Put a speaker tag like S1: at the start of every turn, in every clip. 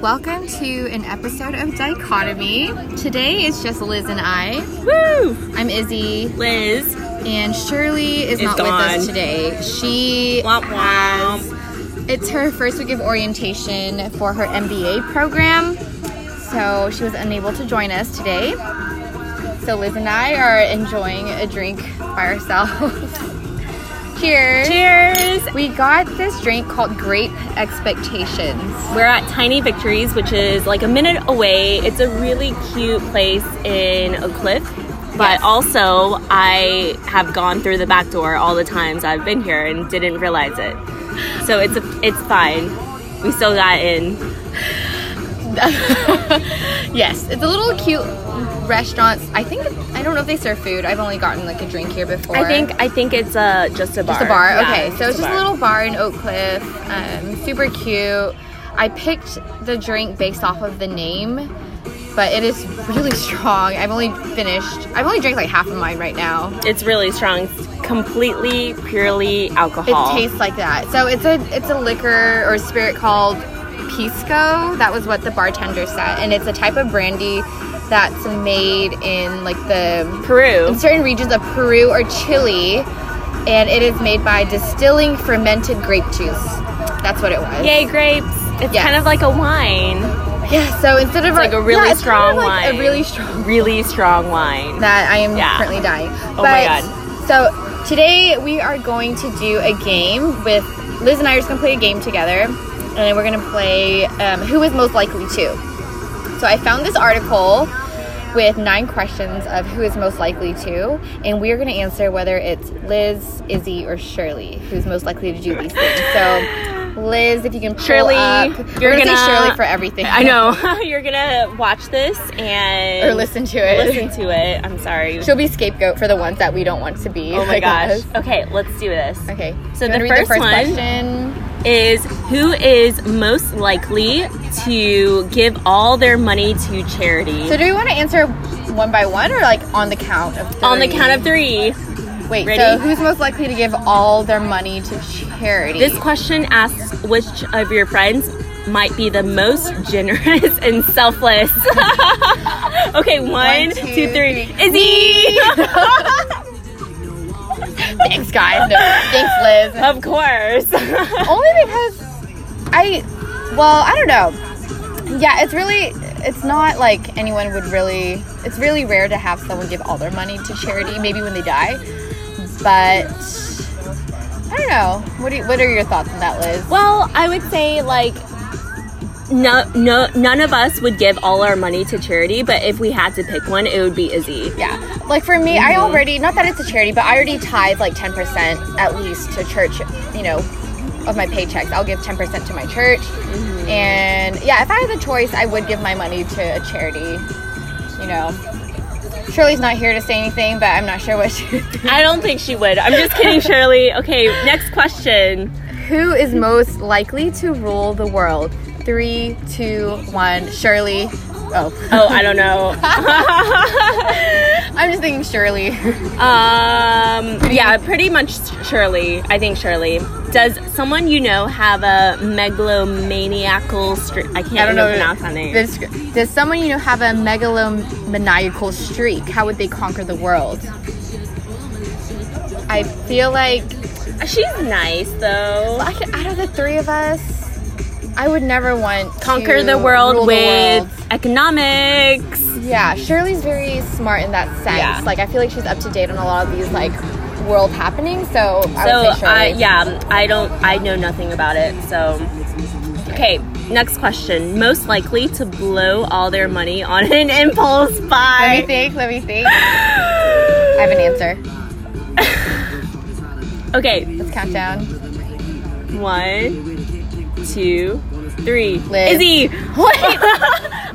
S1: Welcome to an episode of Dichotomy. Today it's just Liz and I.
S2: Woo!
S1: I'm Izzy,
S2: Liz.
S1: and Shirley is
S2: Is
S1: not with us
S2: gone.
S1: today. She
S2: Womp womp.
S1: has, it's her first week of orientation for her MBA program, so she was unable to join us today. So Liz and I are enjoying a drink by ourselves. Cheers.
S2: Cheers!
S1: We got this drink called Grape Expectations.
S2: We're at Tiny Victories, which is like a minute away. It's a really cute place in Oak Cliff. But
S1: Yes.
S2: also, I have gone through the back door all the times I've been here and didn't realize it. So it's a, it's fine. We still got in.
S1: Yes, it's a little cute restaurant. I think I don't know if they serve food. I've only gotten like a drink here before.
S2: I think I think it's uh, just a bar.
S1: it's a bar.
S2: Yeah,
S1: okay, so it's just a
S2: bar.
S1: little bar in Oak Cliff. Um, super cute. I picked the drink based off of the name, but it is really strong. I've only finished. I've only drank like half of mine right now.
S2: It's really strong. It's completely purely
S1: It
S2: alcohol.
S1: tastes like that. So it's a it's a liquor or spirit called pisco. That was what the bartender said, and it's a type of brandy that's made in like the
S2: Peru.
S1: in certain regions of Peru or Chile, and it is made by distilling fermented grape juice. That's what it was.
S2: Yay, grapes! It's
S1: Yes.
S2: kind of like a wine.
S1: Yeah. So instead of
S2: like a really
S1: yeah, it's kind of
S2: strong
S1: like a
S2: wine.
S1: really strong
S2: Really strong wine.
S1: that I am
S2: Yeah.
S1: currently dying.
S2: Oh
S1: but,
S2: my God.
S1: So today we are going to do a game with Liz and I are just gonna play a game together, and we're gonna play um, who is most likely to. So I found this article with nine questions of who is most likely to, and we are gonna answer whether it's Liz, Izzy, or Shirley who's most likely to do these things. So. Liz, if you can pull
S2: Shirley,
S1: up, we're
S2: you're
S1: gonna, say
S2: gonna-
S1: Shirley for everything.
S2: I know. You're gonna watch this and
S1: or listen to it.
S2: listen to it. I'm sorry.
S1: She'll be scapegoat for the ones that we don't want to be.
S2: oh
S1: I
S2: my gosh.
S1: guess.
S2: Okay, let's do this.
S1: Okay.
S2: So
S1: You
S2: the
S1: wanna read
S2: first one-
S1: question.
S2: Is who is most likely to give all their money to charity?
S1: So do we want to answer one by one or like on the count of three?
S2: On the count of three.
S1: Wait, so
S2: ready?
S1: who's most likely to give all their money to charity?
S2: This question asks which of your friends might be the most generous and selfless. okay, one,
S1: One,
S2: two,
S1: two,
S2: three.
S1: three.
S2: Izzy!
S1: Thanks guys. No, thanks Liz.
S2: of course.
S1: Only because I well, I don't know. Yeah, it's really it's not like anyone would really it's really rare to have someone give all their money to charity, maybe when they die. But I don't know. What do you, what are your thoughts on that, Liz?
S2: well, I would say like no, no, none of us would give all our money to charity, but if we had to pick one, it would be Izzy.
S1: Yeah. Like for me, I already, not that it's a charity, but I already tithe like 10% at least to church, you know, of my paychecks. I'll give 10% to my church. Mm-hmm. And yeah, if I had the choice, I would give my money to a charity, you know. Shirley's not here to say anything, but I'm not sure what she.
S2: I don't think she would. I'm just kidding, Shirley. Okay, next question.
S1: Who is most likely to rule the world? Three, two, one. Shirley. Oh,
S2: Oh, I don't know.
S1: I'm just thinking Shirley.
S2: Um, yeah, pretty much Shirley. I think Shirley. Does someone you know have a megalomaniacal streak? I can't
S1: I don't
S2: even
S1: know.
S2: pronounce that name.
S1: This- does someone you know have a megalomaniacal streak? How would they conquer the world? I feel like
S2: She's nice though.
S1: I could- out of the three of us, I would never want
S2: Conquer
S1: to
S2: the
S1: rule
S2: world
S1: the
S2: with
S1: world.
S2: economics.
S1: Yeah, Shirley's very smart in that sense.
S2: Yeah.
S1: Like I feel like she's up to date on a lot of these like world happenings. So I
S2: so
S1: would say Shirley.
S2: I, yeah, I don't. I know nothing about it. So okay. Next question. Most likely to blow all their money on an impulse
S1: Let me
S2: buy.
S1: think. Let me think. I have an answer.
S2: Okay,
S1: Let's count down.
S2: One, two, three.
S1: Liz.
S2: Izzy,
S1: What?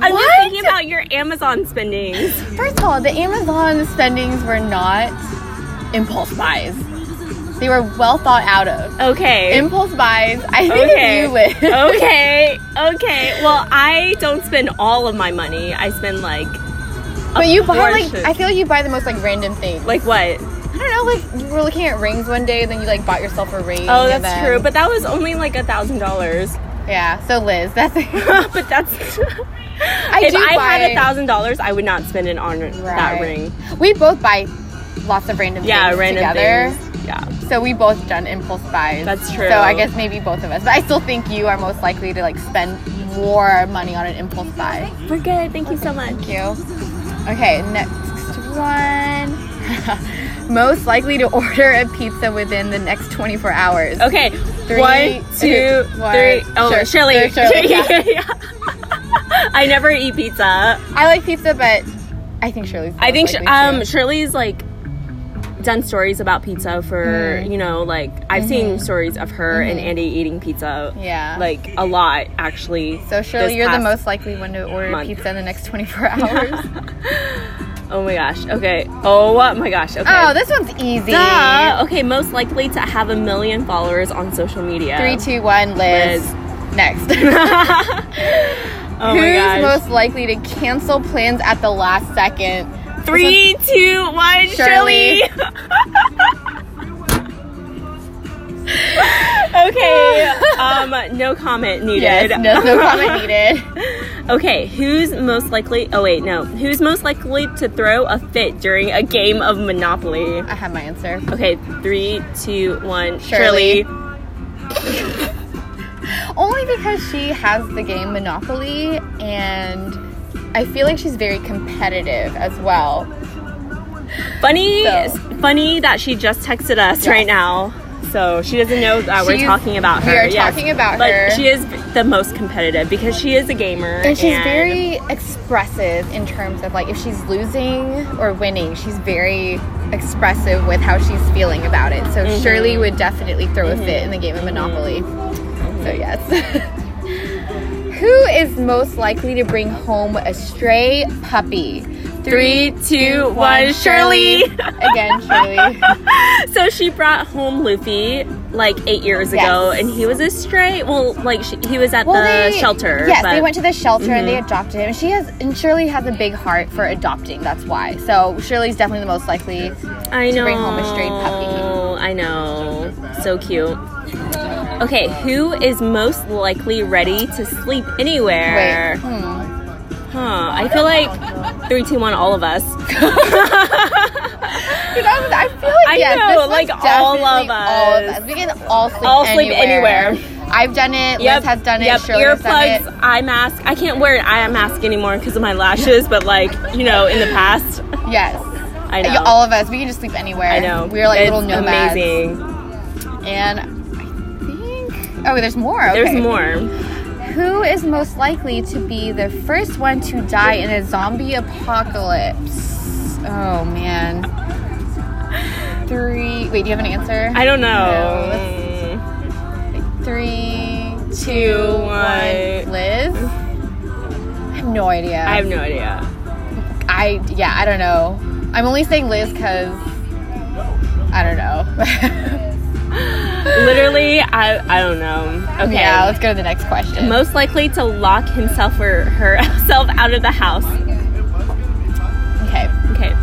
S2: I'm
S1: What?
S2: just thinking about your Amazon spendings.
S1: First of all, the Amazon spendings were not impulse buys. They were well thought out of.
S2: Okay.
S1: Impulse buys, I think
S2: okay.
S1: it's you Liz.
S2: okay. Okay. Well, I don't spend all of my money. I spend like
S1: But you buy like
S2: portion.
S1: I feel like you buy the most like random things.
S2: like what?
S1: I don't know, like you were looking at rings one day and then you like bought yourself a ring.
S2: Oh,
S1: and
S2: that's
S1: then-
S2: true. But that was only like a thousand dollars.
S1: Yeah. So Liz, that's
S2: but that's. if
S1: do
S2: I had
S1: buy-
S2: a thousand dollars, I would not spend it on that
S1: Right.
S2: ring.
S1: We both buy lots of random
S2: Yeah,
S1: things
S2: random
S1: together.
S2: things. Yeah.
S1: So we both done impulse buys.
S2: That's true.
S1: So I guess maybe both of us. But I still think you are most likely to like spend more money on an impulse buy.
S2: We're good. Thank you so much.
S1: Thank you. Okay, next one. most likely to order a pizza within the next 24 hours.
S2: Okay.
S1: Three,
S2: one, two,
S1: two,
S2: three.
S1: one.
S2: Oh,
S1: Sure.
S2: Shirley.
S1: Sure, Shirley, yeah.
S2: Yeah. I never eat pizza.
S1: I like pizza, but I think Shirley's. the
S2: I
S1: most
S2: think sh-
S1: likely
S2: um
S1: to.
S2: Shirley's like done stories about pizza for you know like I've seen stories of her and Andy eating pizza.
S1: Yeah.
S2: Like a lot actually.
S1: So
S2: this
S1: Shirley, you're the
S2: past-
S1: most likely one to order
S2: month.
S1: pizza in the next 24 hours.
S2: Oh my gosh. Okay. Oh my gosh. Okay.
S1: oh, this one's easy.
S2: Duh. Okay, most likely to have a million followers on social media.
S1: Three, two, one, Liz.
S2: Liz.
S1: Next.
S2: Oh
S1: Who's
S2: my gosh.
S1: most likely to cancel plans at the last second?
S2: Three, two, one,
S1: Shirley.
S2: Shirley. okay. Um, no comment needed.
S1: Yes, no, no comment needed.
S2: okay, who's most likely? Oh wait, no. Who's most likely to throw a fit during a game of Monopoly?
S1: I have my answer.
S2: Okay, three, two, one,
S1: Shirley.
S2: Shirley.
S1: Only because she has the game Monopoly, and I feel like she's very competitive as well.
S2: Funny,
S1: So-
S2: funny that she just texted us
S1: Yes.
S2: right now. So she doesn't know that we're
S1: She's-
S2: talking about her.
S1: we are
S2: yes.
S1: talking about
S2: but
S1: her.
S2: she is the most competitive because she is a gamer
S1: And she's very expressive in terms of like if she's losing or winning, she's very expressive with how she's feeling about it. So
S2: Mm-hmm.
S1: Shirley would definitely throw a fit in the game of Monopoly.
S2: Mm-hmm.
S1: So yes. Who is most likely to bring home a stray puppy?
S2: Three, two, one, Shirley.
S1: Again, Shirley.
S2: so she brought home Luffy like eight years ago,
S1: Yes.
S2: and he was a stray. Well, like she, he was at the
S1: they-
S2: shelter.
S1: Yes,
S2: but Mm-hmm.
S1: they went to the shelter and they adopted him. She has and Shirley has a big heart for adopting. That's why. So Shirley's definitely the most likely.
S2: I know.
S1: bring home a stray puppy.
S2: I know. So cute. Okay, who is most likely ready to sleep anywhere?
S1: Wait, hmm.
S2: Huh. I feel like three, two, one, all of us.
S1: Dude, I, was, I feel like
S2: I
S1: yes,
S2: know,
S1: this was
S2: like, all
S1: definitely
S2: of
S1: all of
S2: us.
S1: us. We can all sleep
S2: All sleep
S1: anywhere.
S2: anywhere.
S1: I've done it. Liz has done it.
S2: Yep.
S1: Shirley has done
S2: Earplugs,
S1: it.
S2: eye mask. I can't wear an eye mask anymore because of my lashes, but like you know, in the past,
S1: Yes.
S2: I know.
S1: Yeah, All of us. We can just sleep anywhere.
S2: I know.
S1: We're like
S2: It's
S1: little nomads.
S2: Amazing.
S1: And I think. Oh, wait, there's more. Okay.
S2: There's more.
S1: Who is most likely to be the first one to die in a zombie apocalypse? Oh man. Three. Wait, do you have an answer?
S2: I don't Mm,
S1: No,
S2: know.
S1: Three, two,
S2: Two,
S1: one.
S2: one.
S1: Liz. I have no idea.
S2: I have no idea.
S1: I yeah. I don't know. I'm only saying Liz because I don't know.
S2: Literally, I I don't know. Okay.
S1: yeah. Let's go to the next question.
S2: Most likely to lock himself or herself out of the house.
S1: okay.
S2: Okay.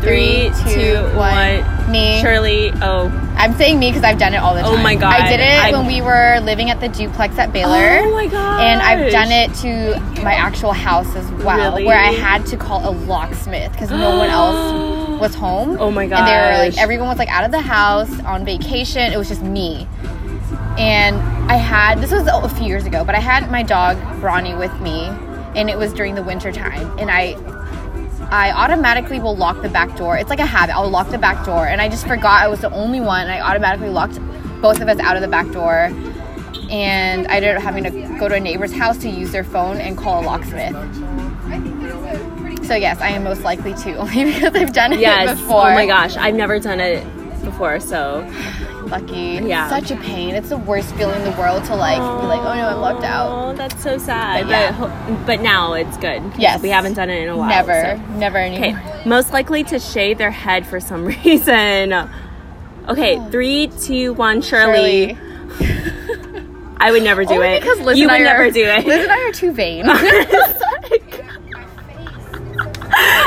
S2: Three, two, one.
S1: Me.
S2: Shirley. Oh.
S1: I'm saying me because I've done it all the time.
S2: Oh my God.
S1: I did it
S2: I-
S1: when we were living at the duplex at Baylor.
S2: Oh my god.
S1: and I've done it to my actual house as well,
S2: Really?
S1: where I had to call a locksmith because no one else was home.
S2: Oh my
S1: And they were like
S2: gosh.
S1: everyone was like out of the house on vacation. It was just me, and I had this was a few years ago, but I had my dog Bronny with me, and it was during the winter time, and I. I automatically will lock the back door. It's like a habit. I'll lock the back door, and I just forgot I was the only one. And I automatically locked both of us out of the back door, and I ended up having to go to a neighbor's house to use their phone and call a locksmith. So yes, I am most likely to only because I've done it
S2: Yes.
S1: before.
S2: Oh my gosh. I've never done it before, so
S1: Lucky. It's
S2: Yeah.
S1: Such a pain. It's the worst feeling in the world to like be like, oh no, I'm locked out.
S2: Oh, that's so sad.
S1: But
S2: But,
S1: yeah.
S2: ho- but now it's good. 'cause
S1: Yes.
S2: We haven't done it in a while.
S1: never,
S2: so.
S1: never anymore.
S2: Okay. Most likely to shave their head for some reason. Okay. Three, two, one. Shirley.
S1: Oh. Shirley.
S2: I would never do
S1: Only
S2: it.
S1: because Liz
S2: you
S1: and
S2: would
S1: I
S2: never
S1: are,
S2: do it.
S1: Liz and I are too vain.
S2: oh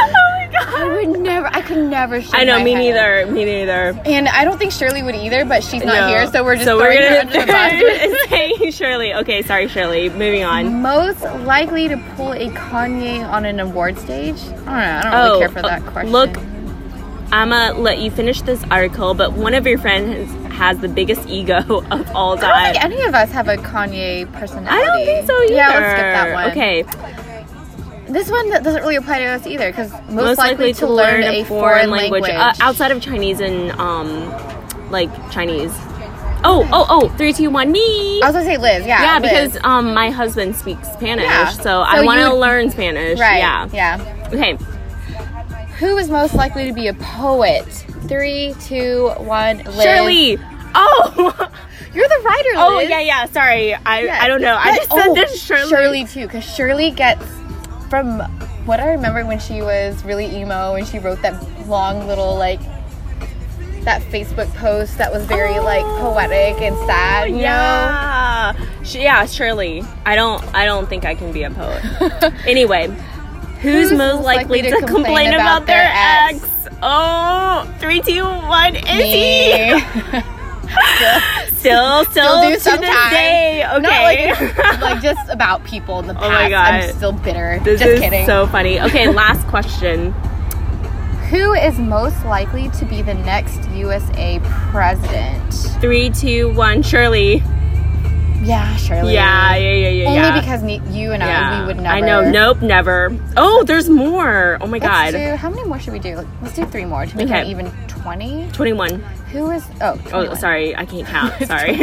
S2: my god.
S1: I would never. I could never. shake
S2: I know,
S1: my
S2: me
S1: head.
S2: neither. Me neither.
S1: And I don't think Shirley would either, but she's not
S2: No.
S1: here, so we're just
S2: so
S1: throwing
S2: we're
S1: her
S2: gonna
S1: under the bus.
S2: say Shirley. Okay, sorry, Shirley. Moving on.
S1: Most likely to pull a Kanye on an award stage? I don't know. I don't really care for
S2: uh,
S1: that question.
S2: Look, I'ma let you finish this article, but one of your friends has the biggest ego of all
S1: I don't
S2: time.
S1: think any of us have a Kanye personality.
S2: I don't think so either.
S1: Yeah, let's skip that one.
S2: Okay,
S1: This one that doesn't really apply to us either, because most,
S2: most likely, to learn, a foreign, language, Uh, outside of Chinese and um, like Chinese. Oh, oh, oh! Three, two, one, me.
S1: I was gonna say Liz. Yeah.
S2: yeah,
S1: Liz.
S2: because um, my husband speaks Spanish,
S1: Yeah.
S2: so,
S1: So
S2: I want to
S1: you-
S2: learn Spanish.
S1: right.
S2: Yeah.
S1: Yeah.
S2: Okay.
S1: Who is most likely to be a poet? Three, two, one. Liz.
S2: Shirley. Oh.
S1: you're the writer. Liz.
S2: oh yeah yeah. Sorry. I
S1: Yeah.
S2: I don't know. I
S1: But-
S2: just said
S1: oh,
S2: this Shirley.
S1: Shirley too, because Shirley gets from what I remember when she was really emo and she wrote that long little like that Facebook post that was very like
S2: Oh,
S1: poetic and sad. You
S2: Yeah. Sh- yeah. Shirley. I don't. I don't think I can be a poet.
S1: Know?
S2: Anyway, who's, most likely, to, complain, about, their ex? Oh, three, two, one, Izzy. Still, still,
S1: Still do
S2: Oh, to
S1: sometimes.
S2: this day. Okay.
S1: Not like, like just about people in the past.
S2: Oh my
S1: I'm
S2: God.
S1: still bitter.
S2: this
S1: just
S2: is
S1: kidding.
S2: so funny. Okay, last question.
S1: Who is most likely to be the next USA president?
S2: Three, two, one, Shirley.
S1: Yeah, Shirley.
S2: Yeah, yeah, yeah, yeah.
S1: Only
S2: yeah.
S1: because ne- you and I,
S2: yeah.
S1: we would never.
S2: I know. Nope, never. Oh, there's more. Oh my
S1: Let's
S2: god.
S1: do, how many more should we do? Let's do three more to make it
S2: Okay.
S1: even 20.
S2: 21.
S1: Who is, oh,
S2: Oh,
S1: 21.
S2: sorry. I can't count. Sorry.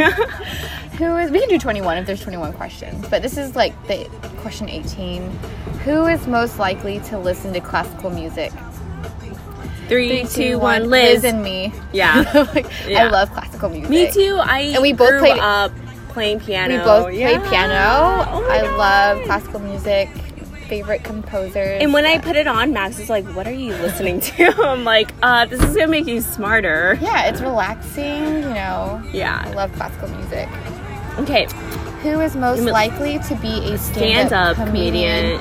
S1: Who is, we can do 21 if there's 21 questions, but this is like the question 18. Who is most likely to listen to classical music?
S2: Three, two, one,
S1: Liz
S2: Liz.
S1: and me.
S2: Yeah.
S1: Like,
S2: Yeah.
S1: I love classical music.
S2: Me too. I
S1: And we both
S2: grew
S1: played-
S2: up playing piano.
S1: We both play
S2: Yeah.
S1: piano.
S2: Oh my
S1: I
S2: God.
S1: love classical music. Favorite composers.
S2: And when I put it on, Max is like, "What are you listening to?" I'm like, "Uh, this is gonna make you smarter."
S1: yeah, it's relaxing. You know, I
S2: Yeah.
S1: love classical music.
S2: Okay.
S1: Who is most
S2: Mm.
S1: likely to be a
S2: Stand
S1: stand-up,
S2: up comedian.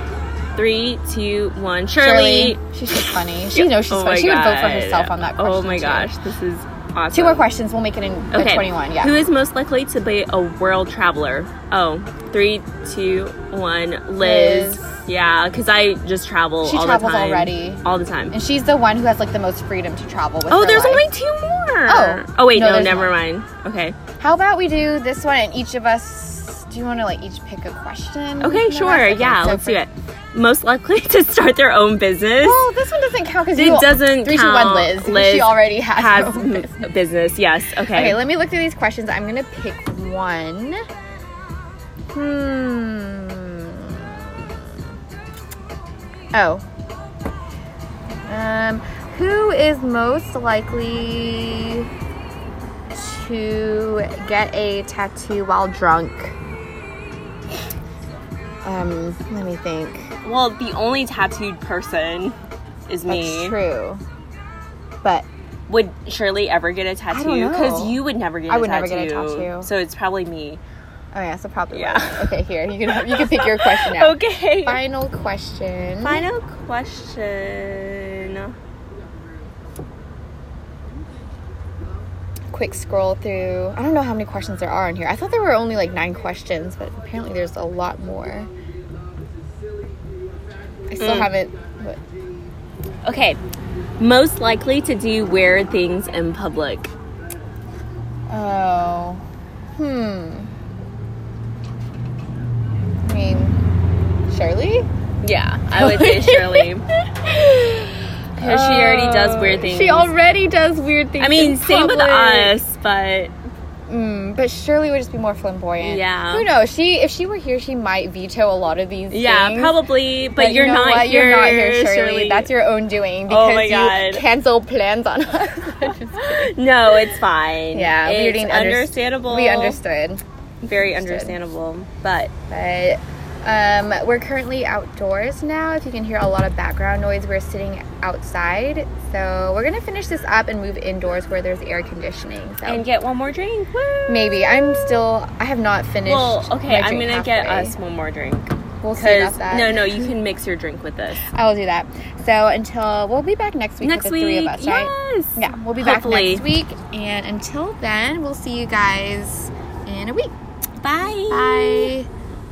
S2: Three, two, one.
S1: Shirley.
S2: Shirley.
S1: She's just funny. She knows she's
S2: Oh my
S1: funny. She would vote for
S2: God.
S1: herself on that question.
S2: Oh my
S1: too.
S2: gosh, this is awesome.
S1: Two more questions. We'll make it in uh, 21. Yeah.
S2: Who is most likely to be a world traveler? Oh, three, two, one. Liz.
S1: Liz.
S2: Yeah, because I just travel.
S1: She
S2: all
S1: travels
S2: the time.
S1: already.
S2: All the time.
S1: and she's the one who has like the most freedom to travel with
S2: Oh,
S1: her
S2: there's
S1: life.
S2: only two more.
S1: Oh.
S2: Oh wait,
S1: No,
S2: no,
S1: there's
S2: never
S1: not.
S2: mind. Okay.
S1: How about we do this one and each of us do you want to like each pick a question?
S2: Okay,
S1: No,
S2: sure.
S1: that's okay.
S2: Yeah,
S1: So
S2: let's
S1: for-
S2: do it. Most likely to start their own business.
S1: Well, this one doesn't count because
S2: It doesn't
S1: Three, two,
S2: count.
S1: one, Liz. She
S2: Liz
S1: already has.
S2: has
S1: her own
S2: m-
S1: business.
S2: business. Yes. Okay.
S1: Okay, let me look through these questions. I'm gonna pick one. Hmm. Oh. Um, who is most likely to get a tattoo while drunk? Um, let me think.
S2: well, the only tattooed person is
S1: That's
S2: me.
S1: true. But
S2: Would Shirley ever get a tattoo?
S1: know.
S2: Because you would never get.
S1: I
S2: I
S1: would never get a tattoo.
S2: So it's probably me.
S1: oh yeah, so probably.
S2: Yeah.
S1: Liz. Okay, here you can you can pick your question out.
S2: Okay.
S1: Final question.
S2: Final question.
S1: quick scroll through. I don't know how many questions there are on here. I thought there were only like nine questions, but apparently there's a lot more. I still
S2: Hmm.
S1: haven't. What?
S2: Okay. Most likely to do weird things in public.
S1: Oh. Hmm. I mean, Shirley?
S2: Yeah, I would say Shirley. Because she already does weird things.
S1: Oh, She already does weird things.
S2: I mean,
S1: in
S2: same with
S1: public.
S2: us, but
S1: Mm, but Shirley would just be more flamboyant.
S2: Yeah.
S1: Who knows? She, if she were here, she might veto a lot of these.
S2: yeah,
S1: things.
S2: probably. But,
S1: But
S2: you're,
S1: you know
S2: not
S1: what?
S2: here,
S1: You're not here, Shirley. That's your own doing because
S2: Oh my
S1: you
S2: God.
S1: cancel plans on us. Just kidding.
S2: no, it's fine.
S1: yeah,
S2: it's
S1: we didn't underst-
S2: understandable.
S1: We understood,
S2: Very
S1: understood.
S2: understandable. But
S1: but um, we're currently outdoors now. If you can hear a lot of background noise, we're sitting outside. So we're gonna finish this up and move indoors where there's air conditioning. So
S2: and get one more drink. Woo!
S1: maybe I'm still. I have not finished.
S2: Well, okay,
S1: my
S2: I'm
S1: drink
S2: gonna get
S1: halfway.
S2: us one more drink.
S1: We'll see about
S2: Because
S1: that.
S2: no, no, you can mix your drink with this.
S1: I will do that. So until we'll be back next week.
S2: Next
S1: with the three of
S2: week,
S1: us, right?
S2: yes.
S1: Yeah, we'll be
S2: Hopefully.
S1: back next week. And until then, we'll see you guys in a week.
S2: Bye.
S1: Bye.